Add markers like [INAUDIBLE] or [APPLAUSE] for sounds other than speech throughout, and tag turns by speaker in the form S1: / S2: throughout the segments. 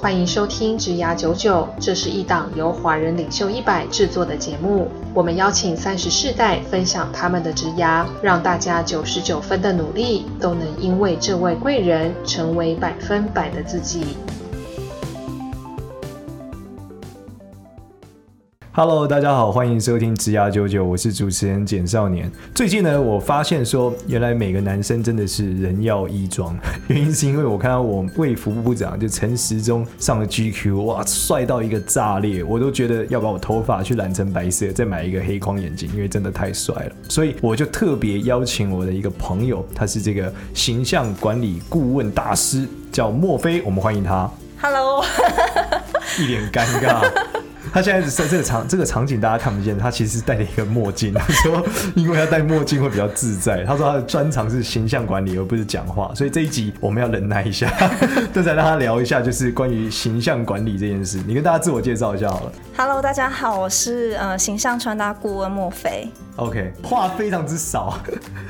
S1: 欢迎收听《职涯九九》，这是一档由华人领袖一百制作的节目。我们邀请三十世代分享他们的职涯，让大家九十九分的努力都能因为这位贵人成为百分百的自己。
S2: Hello，大家好，欢迎收听《职涯九九》，我是主持人简少年。最近呢，我发现说，原来每个男生真的是人要衣装， [LAUGHS] 原因是因为我看到我卫福部长就陈时中上了 GQ，哇，帅到一个炸裂，我都觉得要把我头发去染成白色，再买一个黑框眼镜，因为真的太帅了。所以我就特别邀请我的一个朋友，他是这个形象管理顾问大师，叫墨菲，我们欢迎他，
S3: Hello，
S2: [LAUGHS] 一脸尴尬。他现在只在这个场这个场景大家看不见，他其实是戴了一个墨镜。他说，因为要戴墨镜会比较自在。他说他的专长是形象管理，而不是讲话。所以这一集我们要忍耐一下，这才让他聊一下，就是关于形象管理这件事。你跟大家自我介绍一下好了。
S3: Hello，大家好，我是呃形象穿搭顾问莫菲。
S2: OK，话非常之少。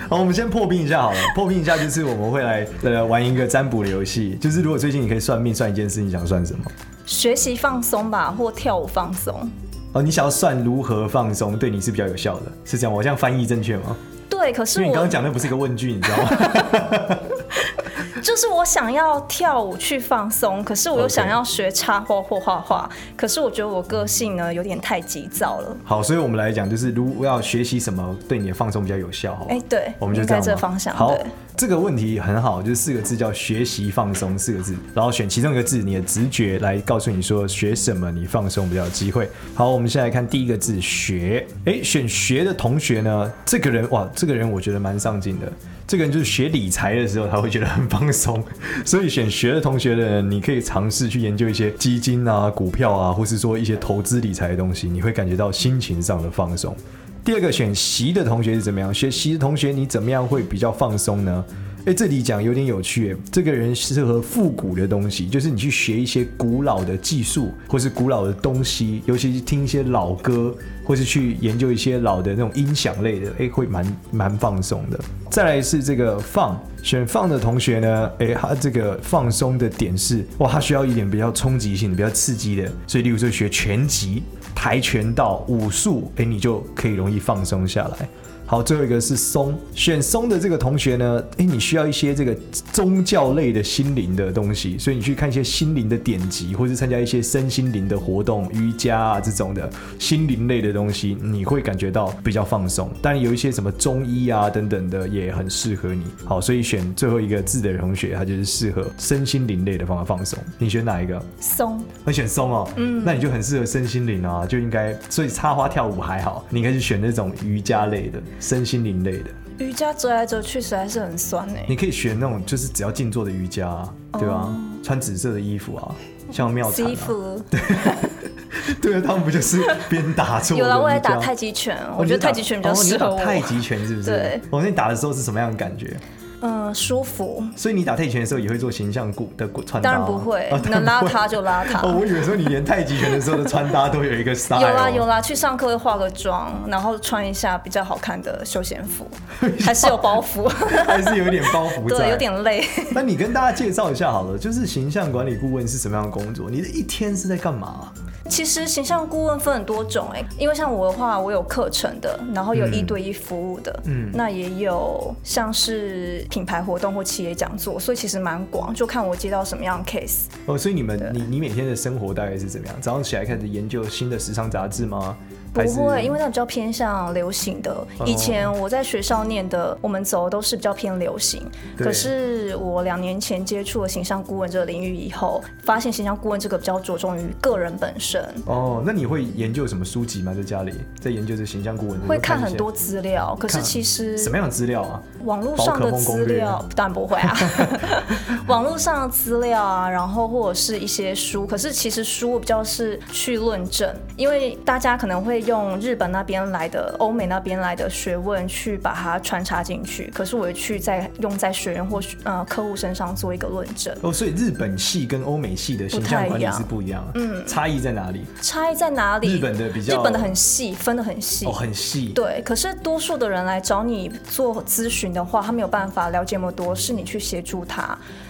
S2: 好，我们先破冰一下好了。破冰一下就是我们会来呃玩一个占卜的游戏，就是如果最近你可以算命算一件事，你想算什么？
S3: 学习放松吧，或跳舞放松。
S2: 哦，你想要算如何放松，对你是比较有效的，是这样吗？我这样翻译正确吗？
S3: 对，可
S2: 因
S3: 是
S2: 为你刚
S3: 我
S2: 刚讲的不是一个问句，你知道吗？ [LAUGHS]
S3: 就是我想要跳舞去放松，可是我又
S2: OK
S3: 想要学插花或画画，可是我觉得我个性呢有点太急躁了。
S2: 好，所以我们来讲，就是如果要学习什么对你的放松比较有效，好吧？
S3: 哎对
S2: 哦我们就这样
S3: 应该这
S2: 吗
S3: 方向
S2: 好
S3: 对，
S2: 这个问题很好，就是四个字叫学习放松四个字，然后选其中一个字，你的直觉来告诉你说学什么你放松比较有机会。好，我们先来看第一个字学，哎，选学的同学呢，这个人哇，这个人我觉得蛮上进的。这个人就是学理财的时候，他会觉得很放松， [LAUGHS] 所以选学的同学的人，你可以尝试去研究一些基金啊、股票啊，或是说一些投资理财的东西，你会感觉到心情上的放松。第二个选习的同学是怎么样？学习的同学你怎么样会比较放松呢？诶，这里讲有点有趣诶，这个人适合复古的东西，就是你去学一些古老的技术或是古老的东西，尤其是听一些老歌，或是去研究一些老的那种音响类的，诶，会蛮蛮放松的。再来是这个放，选放的同学呢，诶，他这个放松的点是，哇，他需要一点比较冲击性、比较刺激的，所以例如说学拳击、跆拳道、武术，诶，你就可以容易放松下来。好，最后一个是松，选松的这个同学呢，诶，你需要一些这个宗教类的心灵的东西，所以你去看一些心灵的典籍，或是参加一些身心灵的活动，瑜伽啊这种的心灵类的东西，你会感觉到比较放松。当然有一些什么中医啊等等的也很适合你。好，所以选最后一个字的同学，他就是适合身心灵类的方法放松。你选哪一个？
S3: 松，
S2: 会选松哦，嗯，那你就很适合身心灵啊，就应该，所以插花跳舞还好，你应该去选那种瑜伽类的、身心灵类的，
S3: 瑜伽折来折去实在是很酸哎、
S2: 你可以选那种就是只要静坐的瑜伽、啊，对吧、穿紫色的衣服啊，像妙禅、
S3: 西
S2: 啊，
S3: 哦服
S2: [LAUGHS] 对啊，他们不就是边打坐？
S3: 有
S2: 了，
S3: 了，我也打太极拳，
S2: 哦，
S3: 我觉
S2: 你
S3: 得
S2: 就打
S3: 太极拳比较
S2: 哦你就
S3: 适合
S2: 打
S3: 我。
S2: 太极拳是不是？
S3: 对
S2: 哦，那你打的时候是什么样的感觉？
S3: 嗯，舒服，
S2: 所以你打太极拳的时候也会做形象顾的顾穿搭
S3: 当
S2: 吗？
S3: 然不会
S2: [LAUGHS] 哦，
S3: 能拉。
S2: 当然
S3: 遢就拉
S2: 不会哦，
S3: 遢。
S2: 我以为说你连太极拳的时候的穿搭都有一个 style
S3: 有啦
S2: 哦
S3: 有啊啦，去上课会化个妆，然后穿一下比较好看的休闲服，还是有包袱，
S2: 哦还是有一点包袱在，
S3: 对，有。点累。 [LAUGHS]
S2: 那你跟大家介绍一下好了，就是形象管理顾问是什么样的工作？你的一天是在干嘛、
S3: 其实形象顾问分很多种哎、因为像我的话，我有课程的，然后有一对一服务的，嗯，那也有像是品牌活动或企业讲座，所以其实蛮广，就看我接到什么样的 case。
S2: 哦，所以你们你你每天的生活大概是怎么样？早上起来开始研究新的时尚杂志吗？
S3: 不
S2: 还是哦
S3: 会，因为那比较偏向流行的。以前我在学校念的，我们走的都是比较偏流行。
S2: 对
S3: 可是我两年前接触了形象顾问这个领域以后，发现形象顾问这个比较着重于个人本身，
S2: 哦，那你会研究什么书籍吗？在家里在研究这形象顾问的时候，
S3: 会看
S2: 一些
S3: 很多资料。可是
S2: 看
S3: 其实
S2: 什么样的资料啊？
S3: 网络上的资料当然不会啊，
S2: [LAUGHS]
S3: 网络上的资料啊，然后或者是一些书，可是其实书我比较是去论证，因为大家可能会用日本那边来的、欧美那边来的学问去把它穿插进去，可是我去再用在学员或呃客户身上做一个论证。
S2: 哦，所以日本系跟欧美系的形象管理是不一样，嗯，差异在哪里？
S3: 差异在哪里？
S2: 日本的比较
S3: 日本的很细，分的很细。
S2: 哦，很细，
S3: 对，可是多数的人来找你做咨询的话，他没有办法了解那么多，是你去协助他。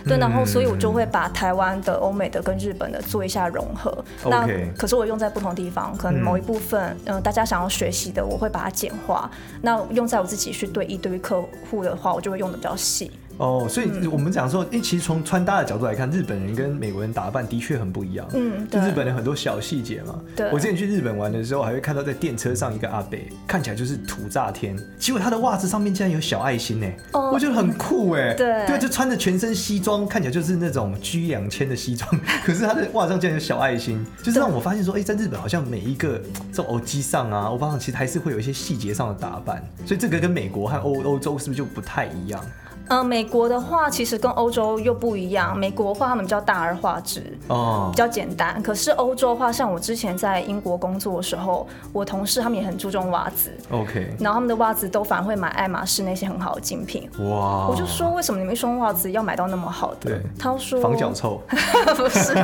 S2: 嗯
S3: 对，然后所以我就会把台湾的、欧美的跟日本的做一下融合。那
S2: OK
S3: 可是我用在不同地方，可能某一部分，嗯、大家想要学习的，我会把它简化。那用在我自己去对一对一客户的话，我就会用的比较细。
S2: 哦，所
S3: 嗯
S2: 以我们讲说，哎、其实从穿搭的角度来看，日本人跟美国人打扮的确很不一样。
S3: 嗯
S2: 就
S3: 对
S2: 日本人很多小细节嘛。
S3: 对
S2: 我之前去日本玩的时候，还会看到在电车上一个阿伯，看起来就是土炸天，结果他的袜子上面竟然有小爱心呢、
S3: 哦
S2: 我觉得很酷哎、
S3: 对
S2: 对，就穿着全身西装，看起来就是那种 G 两千的西装， [LAUGHS] 可是他的袜子上竟然有小爱心，就是让我发现说，哎、在日本好像每一个这种欧基上啊，欧巴上其实还是会有一些细节上的打扮，所以这个跟美国和欧欧洲是不是就不太一样？
S3: 呃，美国的话其实跟欧洲又不一样，美国的话他们比较大而化之。
S2: 哦
S3: 比，较简单，可是欧洲的话，像我之前在英国工作的时候，我同事他们也很注重袜子，
S2: OK，
S3: 然后他们的袜子都反而会买爱马仕那些很好的精品。
S2: 哇，
S3: 我就说，为什么你们一双袜子要买到那么好的
S2: 对？
S3: 他说，
S2: 防脚臭，
S3: [LAUGHS] 不是，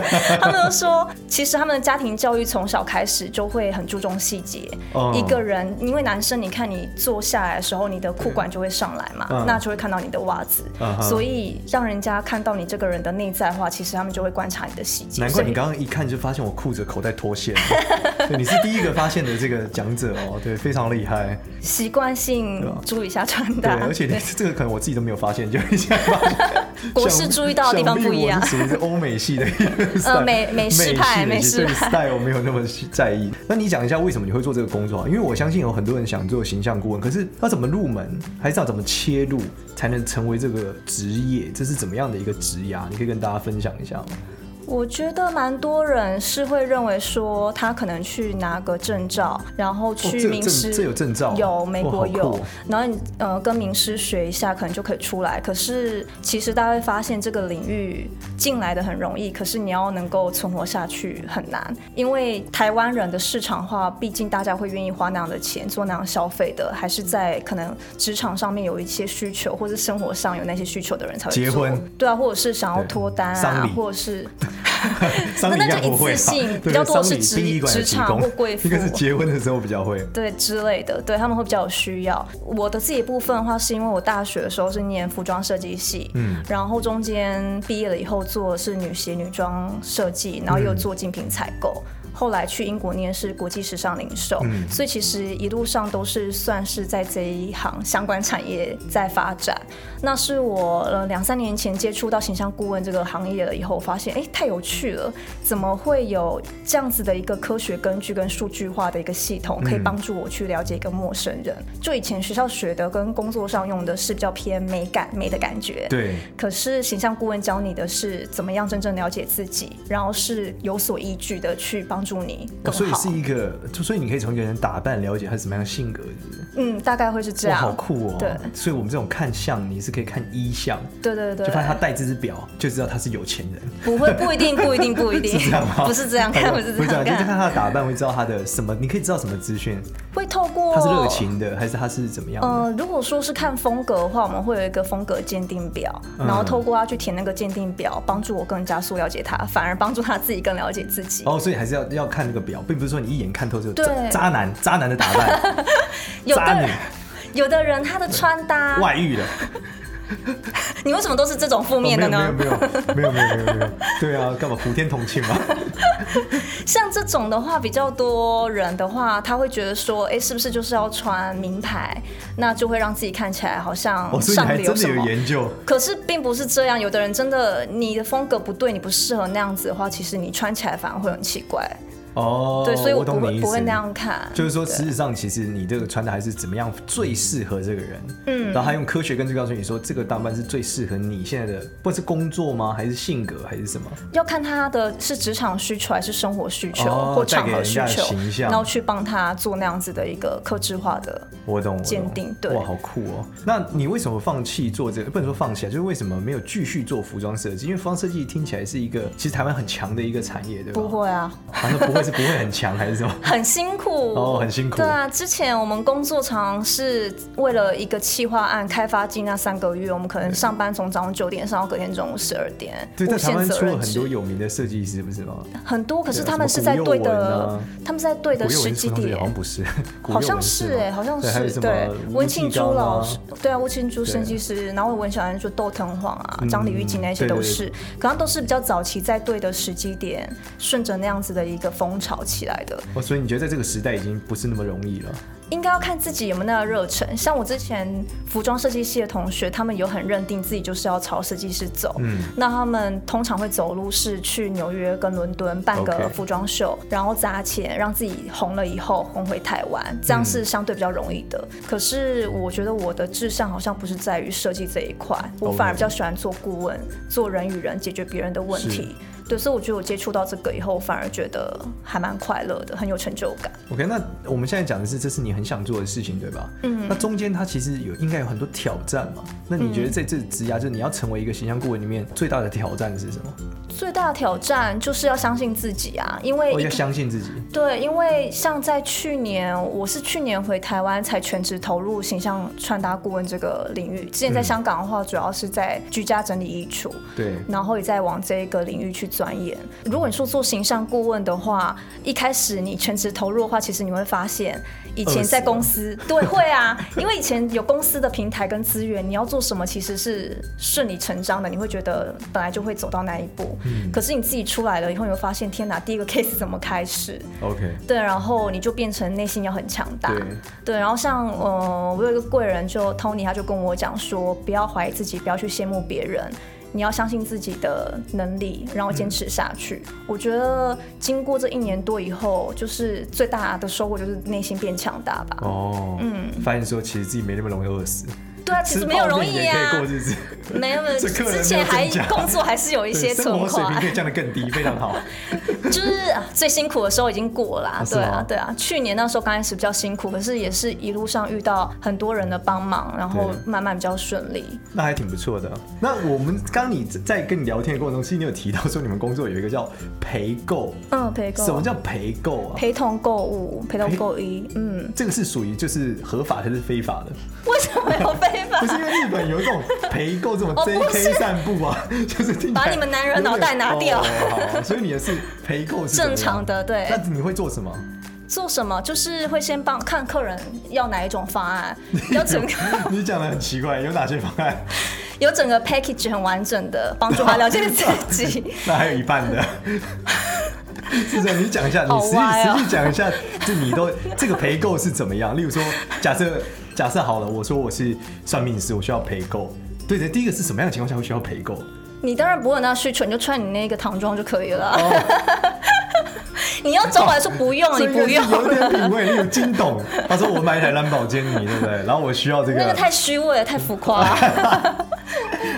S3: 他们都说，其实他们的家庭教育从小开始就会很注重细节。
S2: 哦
S3: 一个人，因为男生，你看你坐下来的时候，你的裤管就会上来嘛，
S2: 嗯
S3: 那就会看到你的袜子，
S2: 嗯哼
S3: 所以让人家看到你这个人的内在的话，其实他们就会观察你的细节。
S2: 难怪你刚刚一看就发现我裤子口袋脱线了，对你是第一个发现的这个讲者哦，对，非常厉害，
S3: 习惯性
S2: 啊
S3: 注意一下穿
S2: 对，
S3: 搭，
S2: 而且你这个可能我自己都没有发现，就一下发现，
S3: 国士
S2: 想
S3: 注意到的地方不一样
S2: 想必我是属于是欧美系的一个 style，
S3: 呃美美式派
S2: 美
S3: 美
S2: 系
S3: 式
S2: 的
S3: 派
S2: 对 style 我没有那么在意。那你讲一下为什么你会做这个工作啊？因为我相信有很多人想做形象顾问，可是要怎么入门，还是要怎么切入才能成为这个职业？这是怎么样的一个职涯？你可以跟大家分享一下吗？
S3: 我觉得蛮多人是会认为说，他可能去拿个证照，然后
S2: 哦这
S3: 去
S2: 有
S3: 名
S2: 证
S3: 师、
S2: 这有证照啊
S3: 有美
S2: 哇好
S3: 国有，
S2: 酷哦
S3: 然后你呃跟名师学一下，可能就可以出来。可是其实大家会发现，这个领域进来的很容易，可是你要能够存活下去很难，因为台湾人的市场化，毕竟大家会愿意花那样的钱做那样消费的，还是在可能职场上面有一些需求，或是生活上有那些需求的人才会
S2: 结
S3: 做
S2: 婚，
S3: 对啊，或者是想要
S2: 对
S3: 脱单
S2: 丧
S3: 啊
S2: 礼，
S3: 或者是。
S2: 丧礼
S3: 那
S2: 应该
S3: 就
S2: 不会
S3: 一次
S2: 吧
S3: 性
S2: 对
S3: 比较多是
S2: 丧礼
S3: 职
S2: 殡仪馆的
S3: 职
S2: 提
S3: 场
S2: 供
S3: 或贵
S2: [LAUGHS]
S3: 妇
S2: 应该是结婚的时候比较会。
S3: 对之类的，对他们会比较有需要。我的自己部分的话，是因为我大学的时候是念服装设计系，嗯，然后中间毕业了以后做的是女鞋、女装设计，然后又做精品采购。后来去英国念是国际时尚零售，所以其实一路上都是算是在这一行相关产业在发展。那是我呃两三年前接触到形象顾问这个行业了以后，我发现哎太有趣了，怎么会有这样子的一个科学根据跟数据化的一个系统，可以帮助我去了解一个陌生人？就以前学校学的跟工作上用的是比较偏美感美的感觉， [LAUGHS]
S2: 对，
S3: 可是形象顾问教你的是怎么样真正了解自己，然后是有所依据的去帮助你更
S2: 哦所以
S3: 好。
S2: 是一个，就所以你可以从一个人打扮了解他什么样的性格，是不是
S3: 嗯，大概会是这
S2: 哇，
S3: 样。
S2: 好酷哦！
S3: 对
S2: 所以我们这种看相，你是可以看衣相，
S3: 对对对
S2: 就，发现他戴这只表，就知道他是有钱人。
S3: 不会不一定不
S2: [LAUGHS]
S3: 一定不一定，
S2: 是这样吗？
S3: [LAUGHS]
S2: 哦
S3: 不是这样看，不是这样
S2: 就
S3: 看
S2: 看。他的打扮，会知道他的什么，你可以知道什么资讯，
S3: 会透过
S2: 他是热。情的，还是他是怎么样的？
S3: 呃，如果说是看风格的话，我们会有一个风格鉴定表，
S2: 嗯
S3: 然后透过他去填那个鉴定表，帮助我更加速了解他，反而帮助他自己更了解自己。
S2: 哦，所以还是要要看那个表，并不是说你一眼看透这个
S3: 对
S2: 渣渣男，渣男的打扮，
S3: [LAUGHS] 有的啊
S2: 渣
S3: 人
S2: 女，
S3: 有的人他的穿搭，
S2: 外遇了。
S3: 你为什么都是这种负面的呢？
S2: 哦没有没有没有没有没有没有没有，对啊，干嘛普天同庆嘛？
S3: 像这种的话，比较多人的话，他会觉得说，哎，是不是就是要穿名牌，那就会让自己看起来好像
S2: 哦，所以你
S3: 上
S2: 还
S3: 流
S2: 真的
S3: 什么
S2: 有。研究。
S3: 可是并不是这样，有的人真的你的风格不对，你不适合那样子的话，其实你穿起来反而会很奇怪。
S2: 哦，
S3: 对，所以我
S2: 我
S3: 不
S2: 懂你
S3: 会
S2: 意思
S3: 不会那。样看。
S2: 就是说，实质上，其实你这个穿搭还是怎么样最适合这个人，嗯，然后他用科学根据告诉你说，这个打扮是最适合你现在的，不管是工作吗，还是性格，还是什么？
S3: 要看他的是职场需求还是生活需求、
S2: 哦
S3: 或场合需
S2: 带给人家
S3: 求
S2: 的形，象
S3: 然后去帮他做那样子的一个克制化的。
S2: 我懂，我懂
S3: 鉴定对
S2: 哇，好酷哦！那你为什么放弃做这个？不能说放弃啊，就是为什么没有继续做服装设计？因为服装设计听起来是一个其实台湾很强的一个产业，对吧？
S3: 不会啊，
S2: 反正不会怪是不会很强还是什么？
S3: 很辛苦
S2: 哦很辛苦
S3: 对啊，之前我们工作常是为了一个企划案开发进那三个月，我们可能上班从早上九点上到隔天中午十二点，
S2: 对，在
S3: 无
S2: 台
S3: 限
S2: 湾
S3: 责
S2: 出了
S3: 任
S2: 很
S3: 制
S2: 多有名的设计师，不是吗？
S3: 很多，可是
S2: 对啊
S3: 他们
S2: 什
S3: 是
S2: 么
S3: 在
S2: 古
S3: 对
S2: 右文
S3: 的
S2: 啊，
S3: 他们是在对的
S2: 古右
S3: 时
S2: 文
S3: 机
S2: 出生这个好
S3: 点
S2: 像。不是，古
S3: 好
S2: 右
S3: 像
S2: 文
S3: 是
S2: 吗
S3: 哎、好像
S2: 对还有
S3: 是
S2: 什
S3: 对
S2: 么，吴
S3: 文
S2: 继
S3: 庆珠
S2: 刚啊
S3: 老师，对啊，吴庆珠
S2: 对嗯
S3: 设计师，然后文小安就窦藤煌啊、张李玉琴那些
S2: 对对
S3: 都
S2: 对
S3: 是，可能都是比较早期在对的时机点，顺着那样子的一个风潮起来的。
S2: 哦，所以你觉得在这个时代已经不是那么容易了？
S3: 应该要看自己有没有那个热忱。像我之前服装设计系的同学，他们有很认定自己就是要朝设计师走。
S2: 嗯
S3: 那他们通常会走路是去纽约跟伦敦办个
S2: OK
S3: 服装秀然后砸钱让自己红了以后红回台湾，这样
S2: 嗯
S3: 是相对比较容易的。可是我觉得我的志向好像不是在于设计这一块，我
S2: OK
S3: 反而比较喜欢做顾问，做人与人解决别人的问题。对，所以我觉得我接触到这个以后，反而觉得还蛮快乐的，很有成就感。
S2: OK，那我们现在讲的是，这是你很想做的事情，对吧？嗯。那中间它其实有应该有很多挑战嘛？那你
S3: 嗯
S2: 觉得在这职涯，就是你要成为一个形象顾问里面最大的挑战是什么？
S3: 最大的挑战就是要相信自己啊，因为
S2: 哦，
S3: 一
S2: 要
S3: 个
S2: 相信自己。
S3: 对，因为像在去年，我是去年回台湾才全职投入形象穿搭顾问这个领域。之前在
S2: 嗯
S3: 香港的话，主要是在居家整理衣橱，
S2: 对。
S3: 然后也在往这个领域去钻研。如果你说做形象顾问的话，一开始你全职投入的话，其实你会发现，以前在公司对会啊，因为以前有公司的平台跟资源，你要做什么其实是顺理成章的，你会觉得本来就会走到那一步。可是你自己出来了以后，你会发现，天哪，第一个 case 怎么开始？
S2: OK。
S3: 对，然后你就变成内心要很强大。
S2: 对
S3: 对然后像呃，我有一个贵人就 Tony，他就跟我讲说，不要怀疑自己，不要去羡慕别人。你要相信自己的能力，然后坚持下去。我觉得经过这一年多以后，就是最大的收获就是内心变强大吧。
S2: 哦。嗯。发现说，其实自己没那么容易饿死，
S3: 对啊，其
S2: 吃
S3: 实没有
S2: 泡
S3: 容
S2: 面
S3: 易
S2: 也可以
S3: 啊
S2: 过，日子。
S3: 没有没有，
S2: 这客人
S3: 之
S2: 没
S3: 前
S2: 有
S3: 还
S2: 增加
S3: 工作还是有一
S2: 对
S3: 些
S2: 生
S3: 存
S2: 活水平
S3: 款
S2: 可以。降得更低，非常
S3: [LAUGHS]
S2: 好。
S3: 就是啊最辛苦的时候已经过了、
S2: 啊
S3: 啊，
S2: 是
S3: 对
S2: 吗
S3: 啊，对啊。去年那时候刚开始比较辛苦，可是也是一路上遇到很多人的帮忙，然后
S2: 对
S3: 慢慢比较顺利。
S2: 那还挺不错的。那我们刚你在跟你聊天的过程中，其实你有提到说你们工作有一个叫陪购，
S3: 嗯，陪购。
S2: 什么叫陪购啊？
S3: 陪同购物？陪同购衣？嗯，
S2: 这个是属于就是合法还是非法的？
S3: 为什么有非法
S2: 不？是因为日本有一种陪购这种
S3: [LAUGHS] 哦不
S2: JK
S3: 是
S2: 散步啊， [LAUGHS] 就是听起来
S3: 把你们男人脑袋拿掉
S2: 有点哦好好所以你也是陪购是怎么样
S3: 正常。的，对。
S2: 那你会做什么？
S3: 做什么？就是会先帮看客人要哪一种
S2: [LAUGHS]
S3: 方案，有整个
S2: 你讲的很奇怪，有哪些方案？
S3: 有整个 package 很完整的，帮 [LAUGHS] 助他了解自己。
S2: [LAUGHS] 那还有一半
S3: [LAUGHS]
S2: 的。是的，你讲一下，你
S3: 好
S2: 实际、
S3: 歪哦
S2: 实际讲一下，就你都这个陪购是怎么样？例如说，假设假设好了，我说我是算命师，我需要陪购。对对，第一个是什么样的情况下会需要陪购？
S3: 你当然不会有那需求，你就穿你那个唐装就可以了。 [LAUGHS] 你要找我来说不用，你
S2: 哦这个
S3: 不
S2: 是
S3: 用。
S2: 有点品味，例如金董，他说我买一台兰博基尼，对不
S3: [LAUGHS]
S2: 对？然后我需要这个，
S3: 那个太虚伪了，太浮夸了。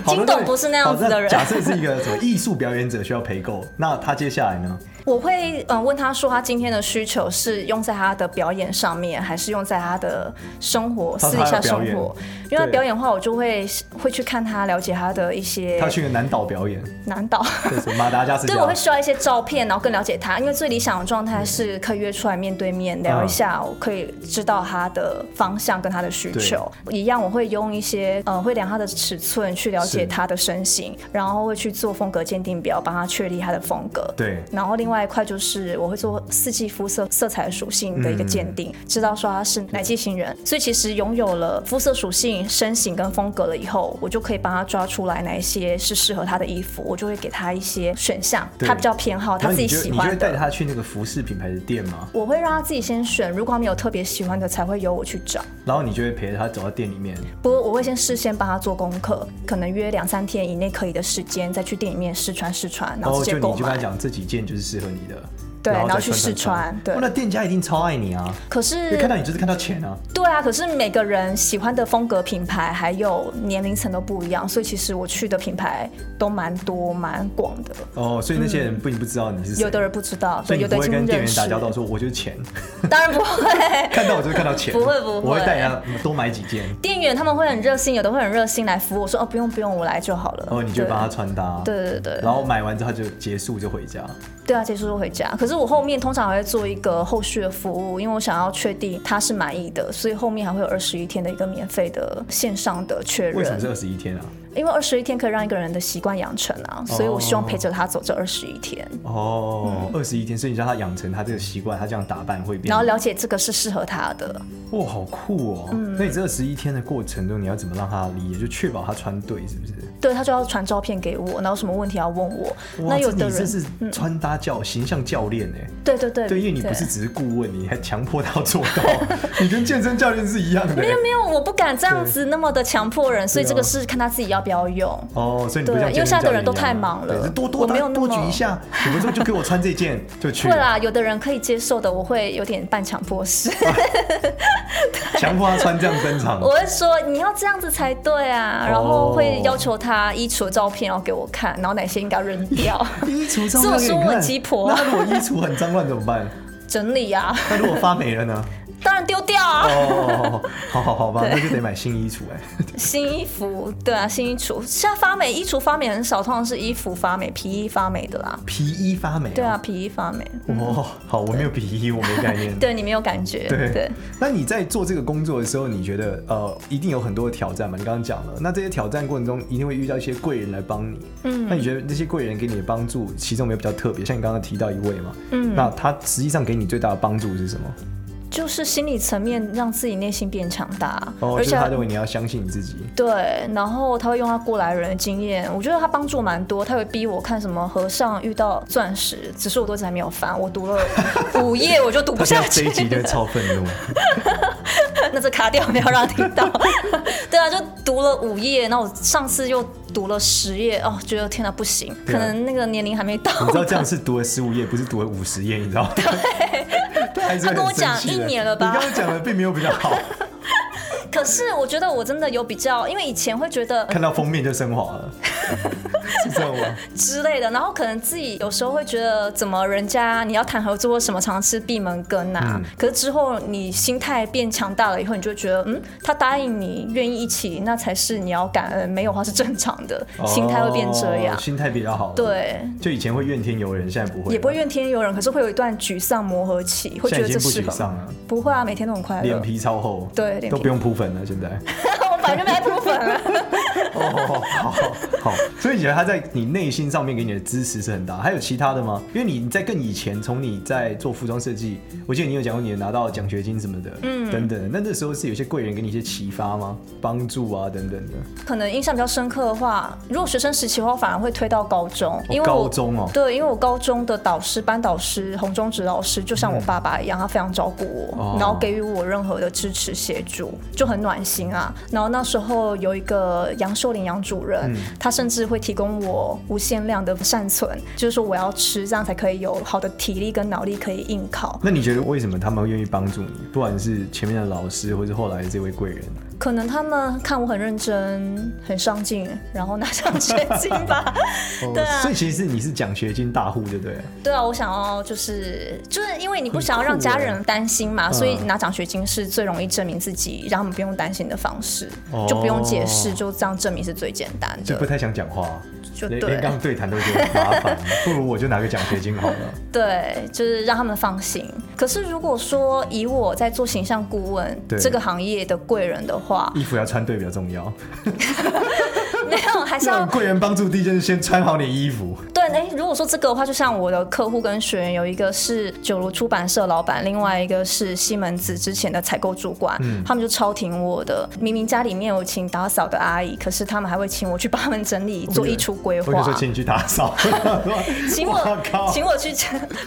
S2: 好的
S3: 金董
S2: 那
S3: 不是那样子的
S2: 好
S3: 人
S2: 假设是一个什么艺术表演者需要陪购，那他接下来
S3: [LAUGHS]
S2: 呢？
S3: 我会嗯、呃问他说，他今天的需求是用在他的表演上面，还是用在他的生活
S2: 他
S3: 私
S2: 是
S3: 底
S2: 他
S3: 下
S2: 的表
S3: 生
S2: 演
S3: 活？因为他
S2: 对
S3: 表演的话，我就会会去看他，了解他的一些
S2: 他去个南岛表演，
S3: 难导。
S2: 对，什么马达加斯加。
S3: 对，我会需要一些照片，然后更了解他，因为最理想的状态是可以约出来面对面聊一下，我可以知道他的方向跟他的需求。一样，我会用一些呃，会量他的尺寸去了
S2: 是
S3: 解他的身形，然后会去做风格鉴定表，帮他确立他的风格。
S2: 对
S3: 然后另外一块就是我会做四季肤色色彩属性的一个鉴定，
S2: 嗯
S3: 知道说他是哪季型人。所以其实拥有了肤色属性、身形跟风格了以后，我就可以帮他抓出来哪一些是适合他的衣服，我就会给他一些选项，
S2: 对
S3: 他比较偏好哦他
S2: 然后
S3: 自己
S2: 你就
S3: 喜
S2: 你就会
S3: 欢
S2: 带
S3: 的。
S2: 他去那个服饰品牌的店嘛，
S3: 我会让他自己先选，如果他没有特别喜欢的，才会由我去找。
S2: 然后你就会陪着他走到店里面。
S3: 不过我会先事先帮他做功课，可能约两三天以内可以的时间，再去店里面试穿试穿，然
S2: 然
S3: 后
S2: 后
S3: 直
S2: 哦就
S3: 接
S2: 你
S3: 购
S2: 就跟他
S3: 买。
S2: 讲这几件就是适合你的，
S3: 对然
S2: 再
S3: 后去试穿对
S2: 哇哦那店家一定超爱你啊，
S3: 可
S2: 因为
S3: 是
S2: 看到你就是看到钱啊。
S3: 对啊，可是每个人喜欢的风格、品牌还有年龄层都不一样，所以其实我去的品牌都蛮多、蛮广的。
S2: 哦，所以那些人并不知道你是谁，
S3: 有的人不知道，
S2: 所
S3: 对，
S2: 以你
S3: 有
S2: 不
S3: 的已
S2: 会
S3: 经
S2: 跟店
S3: 认
S2: 员
S3: 识
S2: 打。交道，说我就是钱， [LAUGHS]
S3: 当然不会。
S2: 看到我就是看到钱，
S3: [LAUGHS] 不会不会
S2: 我会带他多买几件，
S3: 店员他们会很热心，有的会很热心来服务，我说哦不用不用，我来就好了。
S2: 哦然后你就帮他穿搭，
S3: 对。对对对
S2: 然后买完之后他就结束就回家。
S3: 对啊，结束就回家。可是是我后面通常还会做一个后续的服务，因为我想要确定他是满意的，所以后面还会有二十一天的一个免费的线上的确
S2: 为什么是
S3: 认。
S2: 二十一天啊？
S3: 因为二十一天可以让一个人的习惯养成啊，所以我希望陪着他走这二十一天，
S2: 哦，二十一天，所以你让他养成他这个习惯，他这样打扮会变。
S3: 嗯然后了解这个是适合他的。
S2: 哇，好酷哦！
S3: 嗯
S2: 那你这二十一天的过程中，你要怎么让他理解？就确保他穿对，是不是？
S3: 对他就要传照片给我，然后什么问题要问我。
S2: 哇
S3: 那有
S2: 这
S3: 的
S2: 你这
S3: 人，嗯
S2: 是穿搭教、形象教练哎。
S3: 对对对，
S2: 对，因为你不是只是顾问，你还强迫他做
S3: [LAUGHS]
S2: 到，你跟健身教练是一样的欸。
S3: 没有，我不敢这样子那么的强迫人，所以这个是看他自己要不要用。
S2: 哦，所以你不
S3: 对
S2: 像
S3: 因为
S2: 健身
S3: 现在的
S2: 教
S3: 人
S2: 练
S3: 都
S2: 一样
S3: 太
S2: 嘛
S3: 忙
S2: 对
S3: 了
S2: 就多多
S3: 我没
S2: 打
S3: 有那
S2: 多举
S3: 么
S2: 一下，你不是就给我穿这件就去
S3: 会
S2: 了，
S3: 啦，有的人可以接受的，我会有点半强
S2: [LAUGHS]
S3: 迫式。
S2: 强迫他穿这样登场
S3: 我。会说你要这样子才对啊，然后会要求他衣橱的照片要给我看，然后哪些应该
S2: [LAUGHS]
S3: 扔掉，
S2: 衣橱脏
S3: 这
S2: 乱
S3: 么
S2: 给
S3: 说
S2: 你
S3: 我
S2: 看，
S3: 鸡婆
S2: 那如果衣橱很脏乱怎么办？
S3: 整理啊，
S2: 那如果发霉了呢？
S3: 当然丢掉啊，
S2: 哦，好好好吧，
S3: 对
S2: 那就得买新衣橱哎、
S3: 新衣服，对啊，新衣橱。现在发霉，衣橱发霉很少，通常是衣服发霉、皮衣发霉的啦。
S2: 皮衣发霉、
S3: 对啊，。皮衣发霉，
S2: 哦，好，我没有皮衣，我没概念。
S3: 对你没有感觉，
S2: 对
S3: 对。
S2: 那你在做这个工作的时候，你觉得呃，一定有很多的挑战嘛？你刚刚讲了，那这些挑战过程中一定会遇到一些贵人来帮你。嗯，那你觉得这些贵人给你的帮助，其中有没有比较特别？像你刚刚提到一位嘛，嗯，那他实际上给你最大的帮助是什么？
S3: 就是心理层面让自己内心变强大，
S2: 哦，
S3: 而
S2: 就是
S3: 且
S2: 他认为你要相信你自己。
S3: 对，然后他会用他过来人的经验，我觉得他帮助我蛮多。他会逼我看什么和尚遇到钻石，只是我都还没有翻，我读了五页我就读
S2: 他
S3: 不
S2: 听
S3: 下
S2: 到这
S3: 去
S2: 一集就会
S3: 了。
S2: 超愤
S3: [LAUGHS]
S2: 怒。
S3: 那这卡掉，不要让他听
S2: [LAUGHS]
S3: 到。对啊，就读了五页，那我上次又读了十页，哦，觉得天哪，不行，
S2: 对啊嗯
S3: 可能那个年龄还没到。
S2: 你知道这样是读了十五页，不是读了五十页，你知道吗？ [LAUGHS] 对，还是
S3: 他跟我
S2: 很生气
S3: 讲
S2: 的
S3: 一年了吧
S2: 你刚刚讲的并没有比较好，
S3: [LAUGHS] 可是我觉得我真的有比较，因为以前会觉得
S2: 看到封面就升华了， [LAUGHS] 是这样吗？
S3: 之类的，然后可能自己有时候会觉得，怎么人家你要谈合作或什么，常常吃闭门羹啊。
S2: 嗯
S3: 可是之后你心态变强大了以后，你就会觉得，嗯，他答应你，愿意一起，那才是你要感恩，没有的话是正常的，心态会变这样
S2: 哦。心态比较好。，
S3: 对，
S2: 就以前会怨天尤人，现在不会，
S3: 也不会，怨天尤人，可是会有一段沮丧磨合期，会
S2: 现在
S3: 觉得
S2: 已经
S3: 这
S2: 不
S3: 适合
S2: 沮丧
S3: 吗。
S2: 了，
S3: 不会啊，每天都很快乐
S2: 脸。皮超厚，
S3: 对脸皮
S2: 都不用铺粉了，现在。
S3: [LAUGHS] 我本来就没在铺粉了。
S2: 哦，好好，所以你觉得他在你内心上面给你的支持是很大，还有其他的吗？因为你在更以前，从你在做服装设计，我记得你有讲过你有拿到奖学金什么的，嗯，等等的。那那时候是有些贵人给你一些启发吗？帮助啊，等等的。
S3: 可能印象比较深刻的话，如果学生时期的话，反而会推到高中，因为我
S2: 高中哦
S3: 对，因为我高中的导师、班导师洪忠植老师，就像我爸爸一样，他非常照顾我，
S2: 哦
S3: 然后给予我任何的支持协助，就很暖心啊。然后那时候有一个杨秀玲杨主任，他甚至会提供我无限量的善存，就是说我要吃，这样才可以有好的体力跟脑力可以应考。
S2: 那你觉得为什么他们会愿意帮助你？不管是前面的老师，或是后来的这位贵人，
S3: 可能他们看我很认真、很上进，然后拿上 [LAUGHS] 学金吧。对啊
S2: 所以其实是你是奖学金大户，对不对了？
S3: 对啊，我想要就是就是因为你不想要让家人担心嘛，
S2: 欸
S3: 所以拿奖学金是最容易证明自己，让他们不用担心的方式，
S2: 哦
S3: 就不用解释，就这样证明是最简单
S2: 就不
S3: 的。
S2: 太想讲话，
S3: 就
S2: 连
S3: 对
S2: 连刚刚对谈都觉得很麻烦，不如我就拿个奖学金好
S3: [LAUGHS]
S2: 了。
S3: 对，就是让他们放心。可是如果说以我在做形象顾问
S2: 对
S3: 这个行业的贵人的话， [LAUGHS]
S2: 衣服要穿对比较重要。
S3: 没有，还是
S2: 让
S3: 要
S2: 贵人帮助第一件事，先穿好你衣服。
S3: 对，哎，如果说这个的话，就像我的客户跟学员有一个是九如出版社老板，另外一个是西门子之前的采购主管，
S2: 嗯
S3: 他们就超挺我的。明明家里面有请打扫的阿姨，可是他们还会请我去帮他们整理、做衣橱规
S2: 我就
S3: 划
S2: 说，请你去打扫，[LAUGHS]
S3: 请
S2: 哇
S3: 我
S2: 靠
S3: 请我去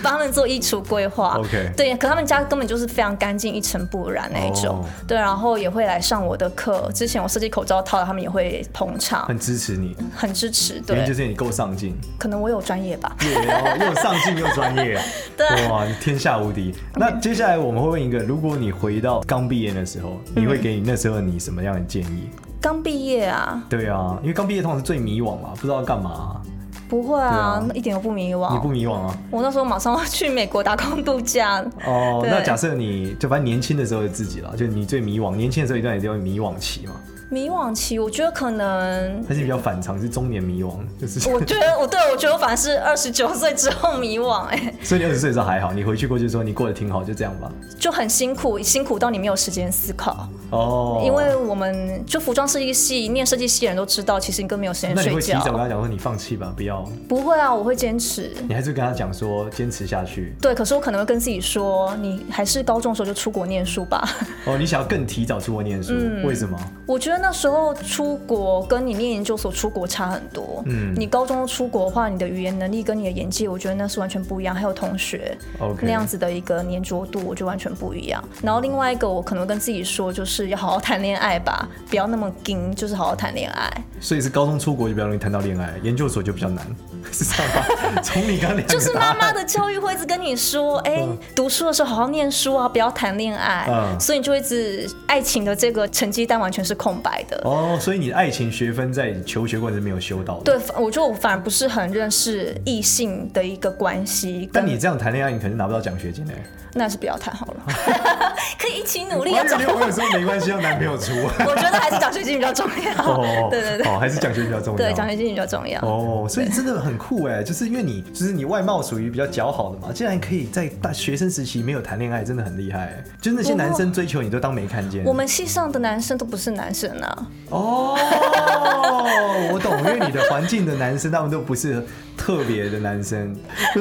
S3: 帮他们做衣橱规划。
S2: OK
S3: 对，可他们家根本就是非常干净、一尘不染那一种。
S2: 哦
S3: 对，然后也会来上我的课。之前我设计口罩套，他们也会捧场，
S2: 很支持你。
S3: 很支持。
S2: 原因就
S3: 对，
S2: 是你够上进，
S3: 可能我有专业吧。
S2: 哦又又上进又专业，
S3: [LAUGHS] 对嗯
S2: 哇，你天下无敌。那接下来我们会问一个，如果你回到刚毕业的时候，
S3: 嗯
S2: 你会给你那时候你什么样的建议？
S3: 刚毕业啊，
S2: 对啊，因为刚毕业通常是最迷惘嘛，不知道干嘛、
S3: 不会啊，
S2: 对啊
S3: 一点都不迷惘。
S2: 你不迷惘啊？
S3: 我那时候马上要去美国打工度假，
S2: 哦，
S3: 对
S2: 那假设你就反正年轻的时候的自己啦，就你最迷惘，年轻的时候一段也叫迷惘期嘛。
S3: 迷惘期，我觉得可能
S2: 还是比较反常，是中年迷惘，就是
S3: 我觉得我对我觉得我反而是二十九岁之后迷惘、哎，
S2: [LAUGHS] 所以你二十岁的时候还好，你回去过去说你过得挺好，就这样吧。
S3: 就很辛苦，辛苦到你没有时间思考。
S2: 哦，
S3: 因为我们就服装设计系念设计系的人都知道，其实你根本没有时间
S2: 那你
S3: 睡
S2: 会提
S3: 觉
S2: 早。跟他讲说你放弃吧，不要，
S3: 不会啊，我会坚持。
S2: 你还是跟他讲说坚持下去。
S3: 对，可是我可能会跟自己说，你还是高中的时候就出国念书吧。
S2: 哦，你想要更提早出国念书，
S3: 嗯
S2: 为什么？
S3: 我觉得那时候出国跟你念研究所出国差很多。
S2: 嗯
S3: 你高中出国的话，你的语言能力跟你的眼界，我觉得那是完全不一样。还有同学
S2: 哦 OK
S3: 那样子的一个粘着度，我就完全不一样。然后另外一个，我可能跟自己说，就是要好好谈恋爱吧，不要那么硬，就是好好谈恋
S2: [LAUGHS]
S3: 爱。
S2: 所以是高中出国就比较容易谈到恋爱，研究所就比较难， [LAUGHS] 是这样
S3: [LAUGHS]
S2: 吗？从你刚两个
S3: 就是
S2: 答
S3: 妈
S2: 案
S3: 妈的教育会一直跟你说，哎、读书的时候好好念书啊，不要谈恋爱。
S2: 嗯
S3: 所以你就一直爱情的这个成绩单完全是空白的。
S2: 哦，所以你的爱情学分在求学过程是没有修到的。
S3: 对，反我觉得我反而不是很认识异性的一个关系，
S2: 但
S3: 跟
S2: 你这样谈恋爱，你可能拿不到奖学金哎、
S3: 那是不要太好
S2: [LAUGHS]
S3: 了，可以一起努力
S2: 我
S3: 啊。
S2: 以
S3: 找
S2: 为我有时候没关系，要男朋友出。
S3: [LAUGHS] 我觉得还是奖学金比较重要， [LAUGHS] 对对对
S2: 哦，还是奖学金比较重要。
S3: 对，奖学金比较重要。
S2: 哦，所以真的很酷哎，就是因为你就是你外貌属于比较姣好的嘛，竟然可以在大学生时期没有谈恋爱，真的很厉害欸。就是那些男生追求你都当没看见。
S3: 我们系上的男生都不是男生啊，
S2: 哦，我懂，因为你的环境的男生他们都不是特别的男生。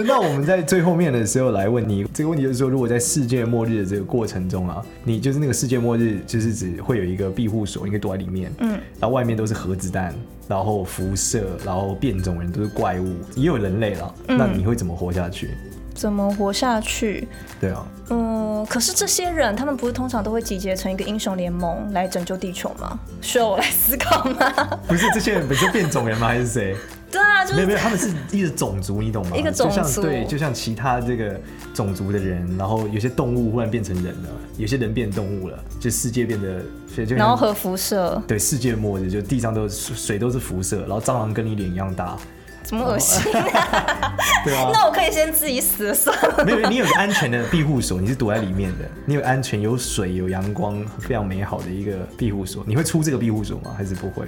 S2: 那我们在最后面的时候来问你这个问题，就是说，如果在世界末日的这个过程中啊，你就是那个世界末日，就是只会有一个庇护所，你可以躲在里面，嗯，然后外面都是核子弹。然后辐射，然后变种人都是怪物，也有人类了。那你会怎么活下去？
S3: 怎么活下去？
S2: 对啊，
S3: 嗯，可是这些人，他们不是通常都会集结成一个英雄联盟来拯救地球吗？需要我来思考吗？ [LAUGHS]
S2: 不是这些人本身变种人吗？还是谁？
S3: 对啊，就
S2: 没有没
S3: 是
S2: 有，他们是一个种族，你懂吗？
S3: [LAUGHS] 一个种族
S2: 就像对，就像其他这个种族的人，然后有些动物忽然变成人了，有些人变动物了，就世界变得，所以就像
S3: 然后核辐射，
S2: 对世界末日，就地上都是水都是辐射，然后蟑螂跟你脸一样大，
S3: 怎么恶心？
S2: 对啊，
S3: [LAUGHS] 那我可以先自己死了算
S2: [LAUGHS]
S3: 了。
S2: 没有，你有个安全的庇护所，你是躲在里面的，你有安全、有水、有阳光，非常美好的一个庇护所。你会出这个庇护所吗？还是不会？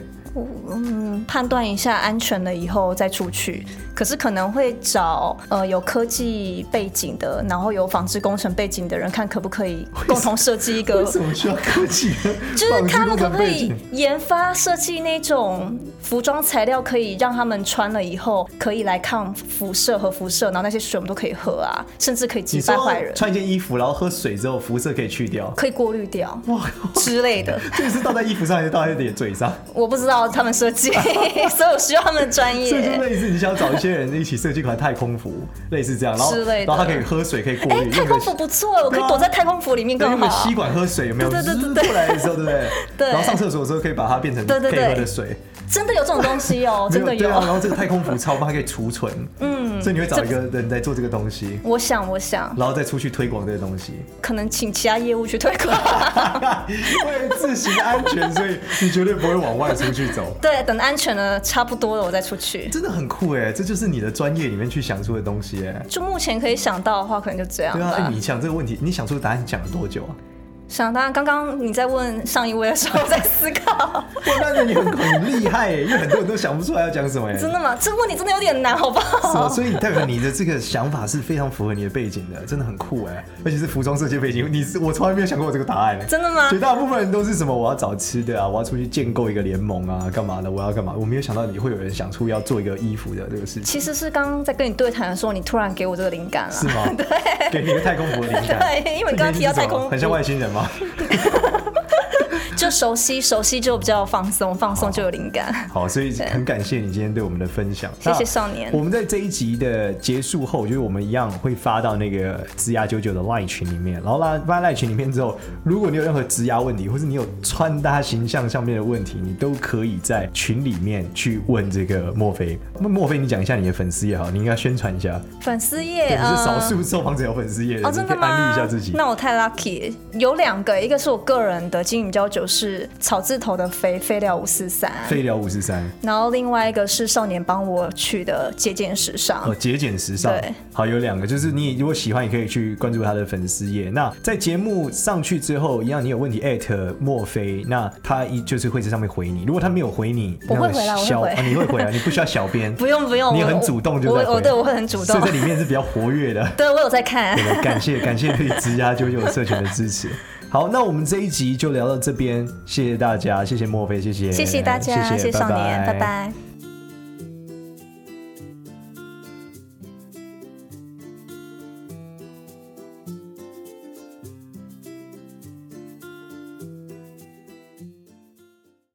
S3: 嗯，判断一下安全了以后再出去。可是可能会找呃有科技背景的，然后有纺织工程背景的人，看可不可以共同设计一个
S2: [LAUGHS] 为，什么需要科技？
S3: 就是他们可不可
S2: 放置工程
S3: 以
S2: 背景
S3: 研发设计那种服装材料，可以让他们穿了以后可以来抗辐射和辐射，然后那些水我们都可以喝啊，甚至可以击
S2: 你
S3: 败
S2: 说 [LAUGHS]
S3: 坏人，
S2: 穿一件衣服，然后喝水之后，辐射可以去掉。
S3: 可以过滤掉
S2: [LAUGHS] 哇，
S3: 之类的。
S2: 这个是倒在衣服上还是倒在你的嘴
S3: [LAUGHS]
S2: 上？
S3: 我不知道他们
S2: [LAUGHS]
S3: 设计，所以我需要他们的专业。
S2: 所以就类似你想找一些人一起设计一款太空服，类似这样，然后
S3: 之类的
S2: 然后他可以喝水，可以过
S3: 哎、
S2: 滤，
S3: 太空服不错，我可以躲在太空服里面
S2: 对，
S3: 更
S2: 用个
S3: 好
S2: 吸。管喝水有没有？
S3: 对对对对对
S2: 滋过来的时候，对不对？
S3: 对
S2: 然后上厕所的时候可以把它变成
S3: 对对
S2: 可以
S3: 对
S2: 喝的水，
S3: 真的有这种东
S2: [LAUGHS]
S3: 西哦，真的
S2: 没对
S3: 有。
S2: 啊。然后这个太空服超棒，它可以储存，嗯，所以你会找一个人在做这个东西。
S3: 我想，我想，
S2: 然后再出去推广这个东西， [LAUGHS]
S3: 可能请其他业务去推广。
S2: 为了自行安全，所以你绝对不会往外出去走。
S3: 对，等安全的差不多了，我再出去。
S2: 真的很酷哎，这就是你的专业里面去想出的东西哎。
S3: 就目前可以想到的话，可能就这样
S2: 对啊，哎，
S3: 吧。
S2: 你想这个问题，你想出的答案想了多久啊？
S3: 想当然，刚刚你在问上一位的时候，我在思
S2: [LAUGHS]
S3: 考，
S2: 哇，那你很很厉害耶，因为很多人都想不出来要讲什么耶。
S3: 真的吗？这个问题真的有点难，好不
S2: 是哦，
S3: 好？
S2: 所以代表你的这个想法是非常符合你的背景的，真的很酷哎，而且是服装设计背景，你是我从来没有想过我这个答案。
S3: 真的吗
S2: 绝大部分人都是什么我要找吃的啊，我要出去建构一个联盟啊，干嘛的，我要干嘛？我没有想到你会有人想出要做一个衣服的这个事情，
S3: 其实是刚刚在跟你对谈的时候，你突然给我这个灵感
S2: 是
S3: 了。
S2: 吗？
S3: [LAUGHS]
S2: 对，给你一个太空服的灵感。
S3: 对因为你刚刚提到太空嗯服
S2: 很像外星人吗？
S3: 就熟悉，熟悉就比较放松，放松就有灵感。
S2: 好，所以很感谢你今天对我们的分享，
S3: 谢谢
S2: 那
S3: 少年
S2: 我们在这一集的结束后，就是我们一样会发到那个枝丫九九的 LINE 群里面，然后拉发在 LINE 群里面之后，如果你有任何枝丫问题，或是你有穿搭形象上面的问题，你都可以在群里面去问这个莫非。那莫非，你讲一下你的粉丝也好，你应该宣传一下，
S3: 粉丝页，
S2: 对你
S3: 呃。
S2: 是少数受访者有粉丝页的，
S3: 哦，
S2: 你
S3: 真
S2: 可
S3: 的
S2: 以
S3: 吗？
S2: 安利一下自己。
S3: 那我太 lucky，了有两个，一个是我个人的经营叫九就是草字头的飞飞了五四三，
S2: 废聊五十三，
S3: 然后另外一个是少年帮我取的节俭时尚。
S2: 哦，节俭时尚
S3: 对，
S2: 好有两个，就是你如果喜欢，也可以去关注他的粉丝页。那在节目上去之后，一样你有问题艾特莫非，那他一就是会在上面回你。如果他没有回你，
S3: 我会
S2: 那个
S3: 回来我会
S2: 小
S3: 回
S2: 哦你会回来，你不需要小
S3: [LAUGHS]
S2: 编，
S3: 不用不用，
S2: 你
S3: 我
S2: 很主动就
S3: 我
S2: 在回
S3: 我对我会很主
S2: 所
S3: 动
S2: 以，这里面是比较活跃
S3: [LAUGHS]
S2: 的。
S3: 对我有在看。
S2: 对的，感谢感谢对职涯九九社群的支持。好，那我们这一集就聊到这边，谢谢大家，谢谢莫非，谢谢，
S3: 谢谢大家，
S2: 谢
S3: 谢谢少年，
S2: 拜
S3: 拜拜